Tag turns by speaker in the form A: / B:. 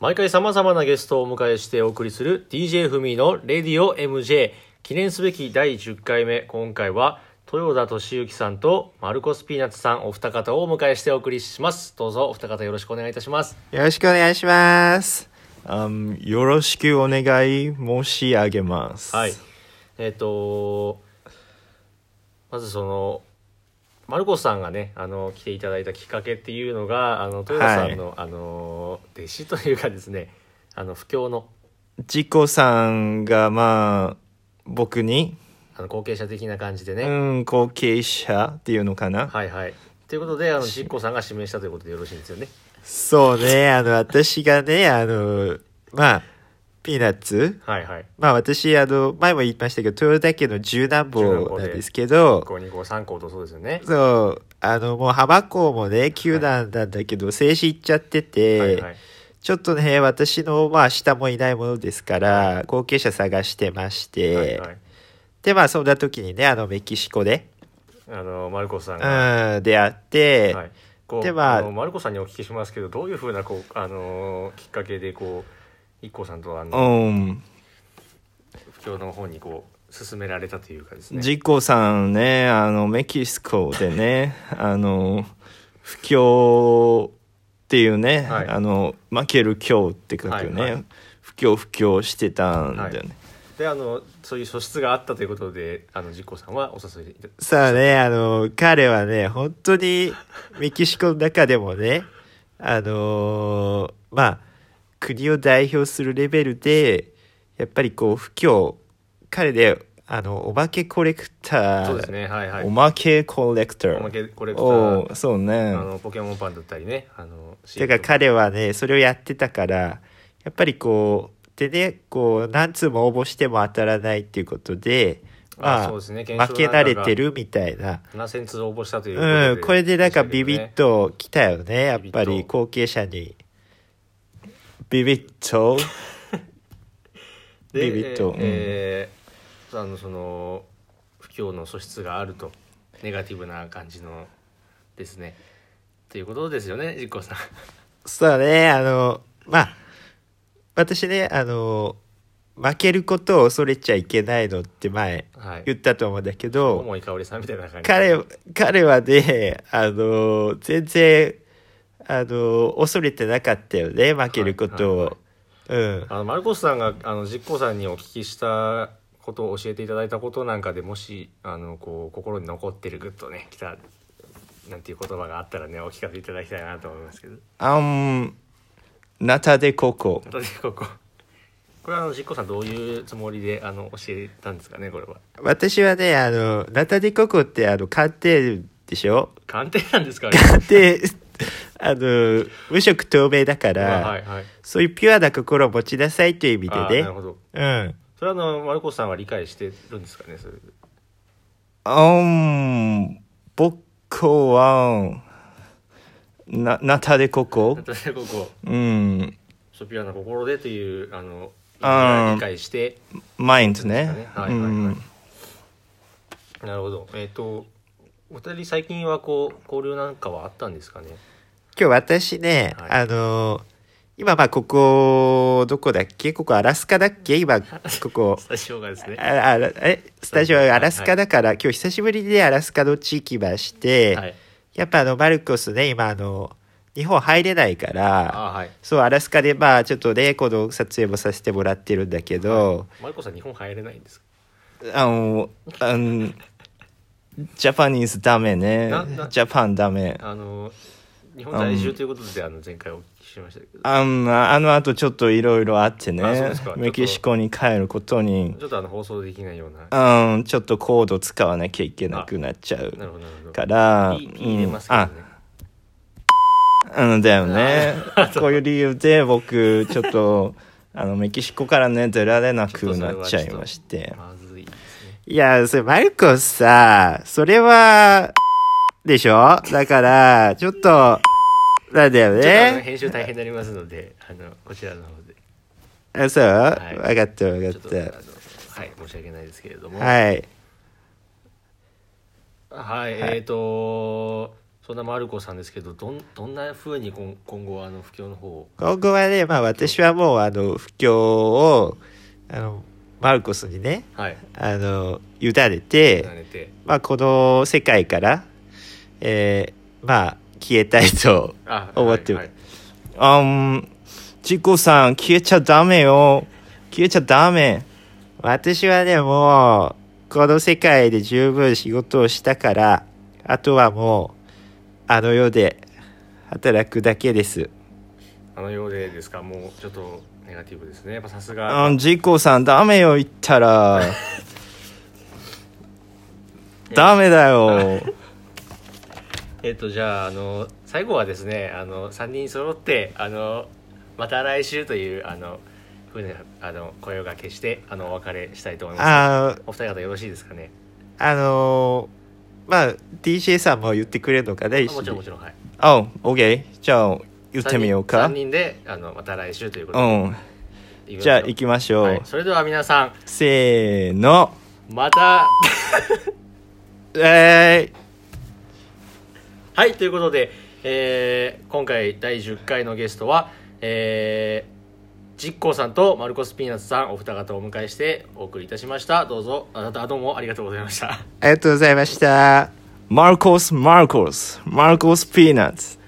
A: 毎回様々なゲストをお迎えしてお送りする DJ ふみのレディオ MJ 記念すべき第10回目今回は豊田俊之さんとマルコスピーナッツさんお二方をお迎えしてお送りしますどうぞお二方よろしくお願いいたします
B: よろしくお願いします。Um, よろしくお願い申し上げます。
A: はい。えっ、とまずそのマルコスさんがねあの来ていただいたきっかけっていうのがあの豊田さんの、あの弟子というかですねあの布教の
B: ジコさんが、まあ、僕に、
A: あの後継者的な感じでね、
B: うん、後継者っていうのかな。
A: はいはいということであの実行さんが指名したということでよろしいんですよね
B: そうね、あの、私がね、あの、まあ、ピーナッツ。
A: はいはい
B: まあ、私、あの、前も言いましたけど、豊田家の十何坊なんですけど、
A: 5二校3校とそうですよね
B: そう、あの、もう浜校もね、9段なんだけど、静止行っちゃってて、
A: はいはい
B: ちょっとね、私の、まあ、下もいないものですから、後継者探してまして、
A: はいはい
B: で、まあ、そんな時にね、あの、メキシコで、
A: あのマルコスさん
B: う
A: が、
B: ん、出会って、
A: はいこう
B: では
A: あのマルコスさんにお聞きしますけどどういうふうなこうあのきっかけでこう一 k さんとあの、
B: うん、
A: 不況の方にこう進められたというかですね
B: ジコさんね、あの、メキシコ でね、あの、不況っていうね、
A: はい
B: あの、負ける今日って書くね、
A: はいはい
B: 不況不況してたんだよね。
A: はいであのそういう素質があったということであの実行さんはお誘いいた
B: さあね、あの、彼はね、本当にメキシコの中でもね、あのーまあ、国を代表するレベルで、やっぱりこう、不況、彼で、あの、お化けコレクター、
A: そうですねはいはい
B: おまけコレクター。
A: おまけコレクター
B: おうそうね。
A: あのポケモンパンだったりねあの
B: だから彼はね、それをやってたから、やっぱりこう、でね、こう、何通も応募しても当たらないっていうことで、
A: あ
B: まあ、
A: そうですね検証
B: 負け
A: なんかが
B: 慣れてるみたいな。
A: 7000通応募したということで、
B: うん、これでなんかビビッときたよね、やっぱ
A: ビビッ
B: り
A: と
B: 後継者に。ビビッと。
A: で
B: ビビッとうん
A: えーえーあのその不況の素質があるとネガティブな感じのですねということですよね実行さん
B: そうね、あの、まあ、私ね、あの、負けることを恐れちゃいけないのって前
A: はい
B: 言ったと思うんだけど、
A: 桃井かおりさんみたいな感じ
B: 彼、彼はね、あの、全然、あの、恐れてなかったよね、負けることを。うん。
A: あのマルコスさんがあの実行さんにお聞きしたことを教えていただいたことなんかでもしあのこう心に残ってるグッとねきたなんていう言葉があったらねお聞かせいただきたいなと思いますけど
B: あん、ナタデココ。
A: 本当にこここれはあの実行さんどういうつもりであの教えたんですかねこれは
B: 私はね、あの、ナタデココって、あの、鑑定でしょ
A: 鑑定なんですかね
B: 鑑定、あの、無色透明だから、
A: まあはいはい
B: そういうピュアな心を持ちなさいという意味
A: あ
B: で
A: な
B: ね
A: る。ほど
B: うん。
A: それはあのマルコスさんは理解してるんですかねそれ
B: あん、僕は、な、ナタデココ
A: だってここ
B: うん、
A: ソピアな心でというあの
B: あー
A: 理解して
B: マインドね
A: です。かねはいは
B: う
A: いはい
B: ん
A: なるほど。えっ、と、お二人最近はこう、交流なんかはあったんですかね。
B: 今日私ね、
A: はい
B: あの、今まあここ、どこだっけここアラスカだっけ今、こ こ。
A: スタジオがですね。
B: ああらえスタジオはアラスカだから、今日久しぶりにアラスカの地域まして、
A: はい。
B: やっぱあのマルコスね今あの日本入れないから
A: あ、はい。
B: そうアラスカでまあちょっとねこの撮影もさせてもらってるんだけど、
A: マリコさん、日本入れないんですか。
B: あのあのジャパニーズダメね
A: なな
B: ジャパンダメ
A: あの、日本在住ということで、あの、前回お聞きしましたけど。
B: あんあのあとちょっといろいろあって
A: あそう
B: ね
A: ですか
B: メキシコに帰ることに
A: ちょっとあの放送できないような。
B: うんちょっとコード使わなきゃいけなくなっちゃ
A: なる
B: う
A: ほど、なるほど。
B: から
A: いい入れ
B: うん
A: ますけどね。
B: うんだよね。 こういう理由で僕、ちょっ と、あの、メキシコからね、出られなくなっちゃいまして。
A: まずいですね。
B: いや、それ、マルコさ、それは、でしょだから、ちょっと、なんだよ
A: ちょっとあの
B: ね。
A: 編集大変になりますので、あの、こちらの方で。
B: あ、そうわ、
A: い
B: かったわ
A: ち
B: か
A: ょっ
B: っ
A: と、あの、
B: た。
A: はい、申し訳ないですけれども。
B: はい。
A: はい、えっ、と、そんなマルコさんですけどどんどんなふうに今今後あの不況の方を
B: 今後はね、まあ私はもう、あの、不況を、あの、マルコスにね、
A: はい
B: あの、委ね
A: 委
B: て、
A: ねて
B: まあこの世界から、えー、まあ、消えたいと。
A: あ
B: 終わってる
A: はい
B: あん、ジコさん、消えちゃダメよ。消えちゃダメ。私はね、もう、この世界で十分仕事をしたから、あとはもう、あの世で働くだけです。
A: あのようでですかもうちょっとネガティブですねやっぱさすが
B: うん、ジコさん、ダメよ、言ったら。ダメだよ。
A: えっとじゃああの最後はですねあの3人揃ってあのまた来週というあのふうなあの声をがけしてあのお別れしたいと思います
B: あー
A: お二方よろしいですかね
B: あのーまあ、DJ さんも言ってくれるのかね、
A: あ
B: 一緒
A: もちろんも
B: に
A: ち。ろんはい
B: あ、OK。じゃあ、言ってみようか
A: 3。人であのまた来週ということ
B: う
A: で、
B: ん。
A: いきましょう
B: じゃあ行きましょう。
A: はい、それでは皆さん
B: せーの。
A: また
B: え
A: はいということで、えー今回第10回のゲストはえー、実行さんとマルコスピーナッツさんお二方をお迎えしてお送りいたしましたどうぞあなたどうもありがとうございました
B: ー、ありがとうございました。マルコス・マルコス、マルコス・ピーナッツ。